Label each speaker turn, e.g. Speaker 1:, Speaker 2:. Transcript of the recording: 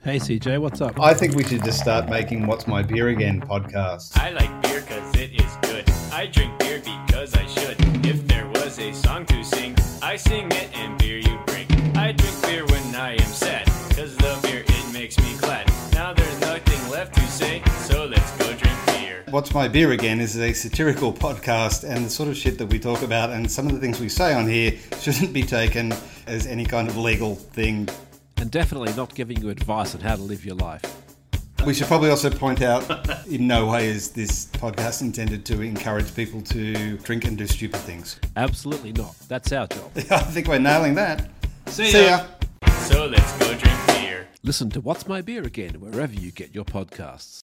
Speaker 1: Hey CJ, what's up?
Speaker 2: I think we should just start making What's My Beer Again podcast.
Speaker 3: I like beer cause it is good. I drink beer because I should. If there was a song to sing, I sing it and beer you bring. I drink beer when I am sad, cause the beer it makes me glad. Now there's nothing left to say, so let's go drink beer.
Speaker 2: What's My Beer Again is a satirical podcast, and the sort of shit that we talk about and some of the things we say on here shouldn't be taken as any kind of legal thing.
Speaker 1: And definitely not giving you advice on how to live your life.
Speaker 2: We should probably also point out in no way is this podcast intended to encourage people to drink and do stupid things.
Speaker 1: Absolutely not. That's our job.
Speaker 2: I think we're nailing that.
Speaker 1: See
Speaker 2: ya.
Speaker 3: So let's go drink beer.
Speaker 1: Listen to What's My Beer Again wherever you get your podcasts.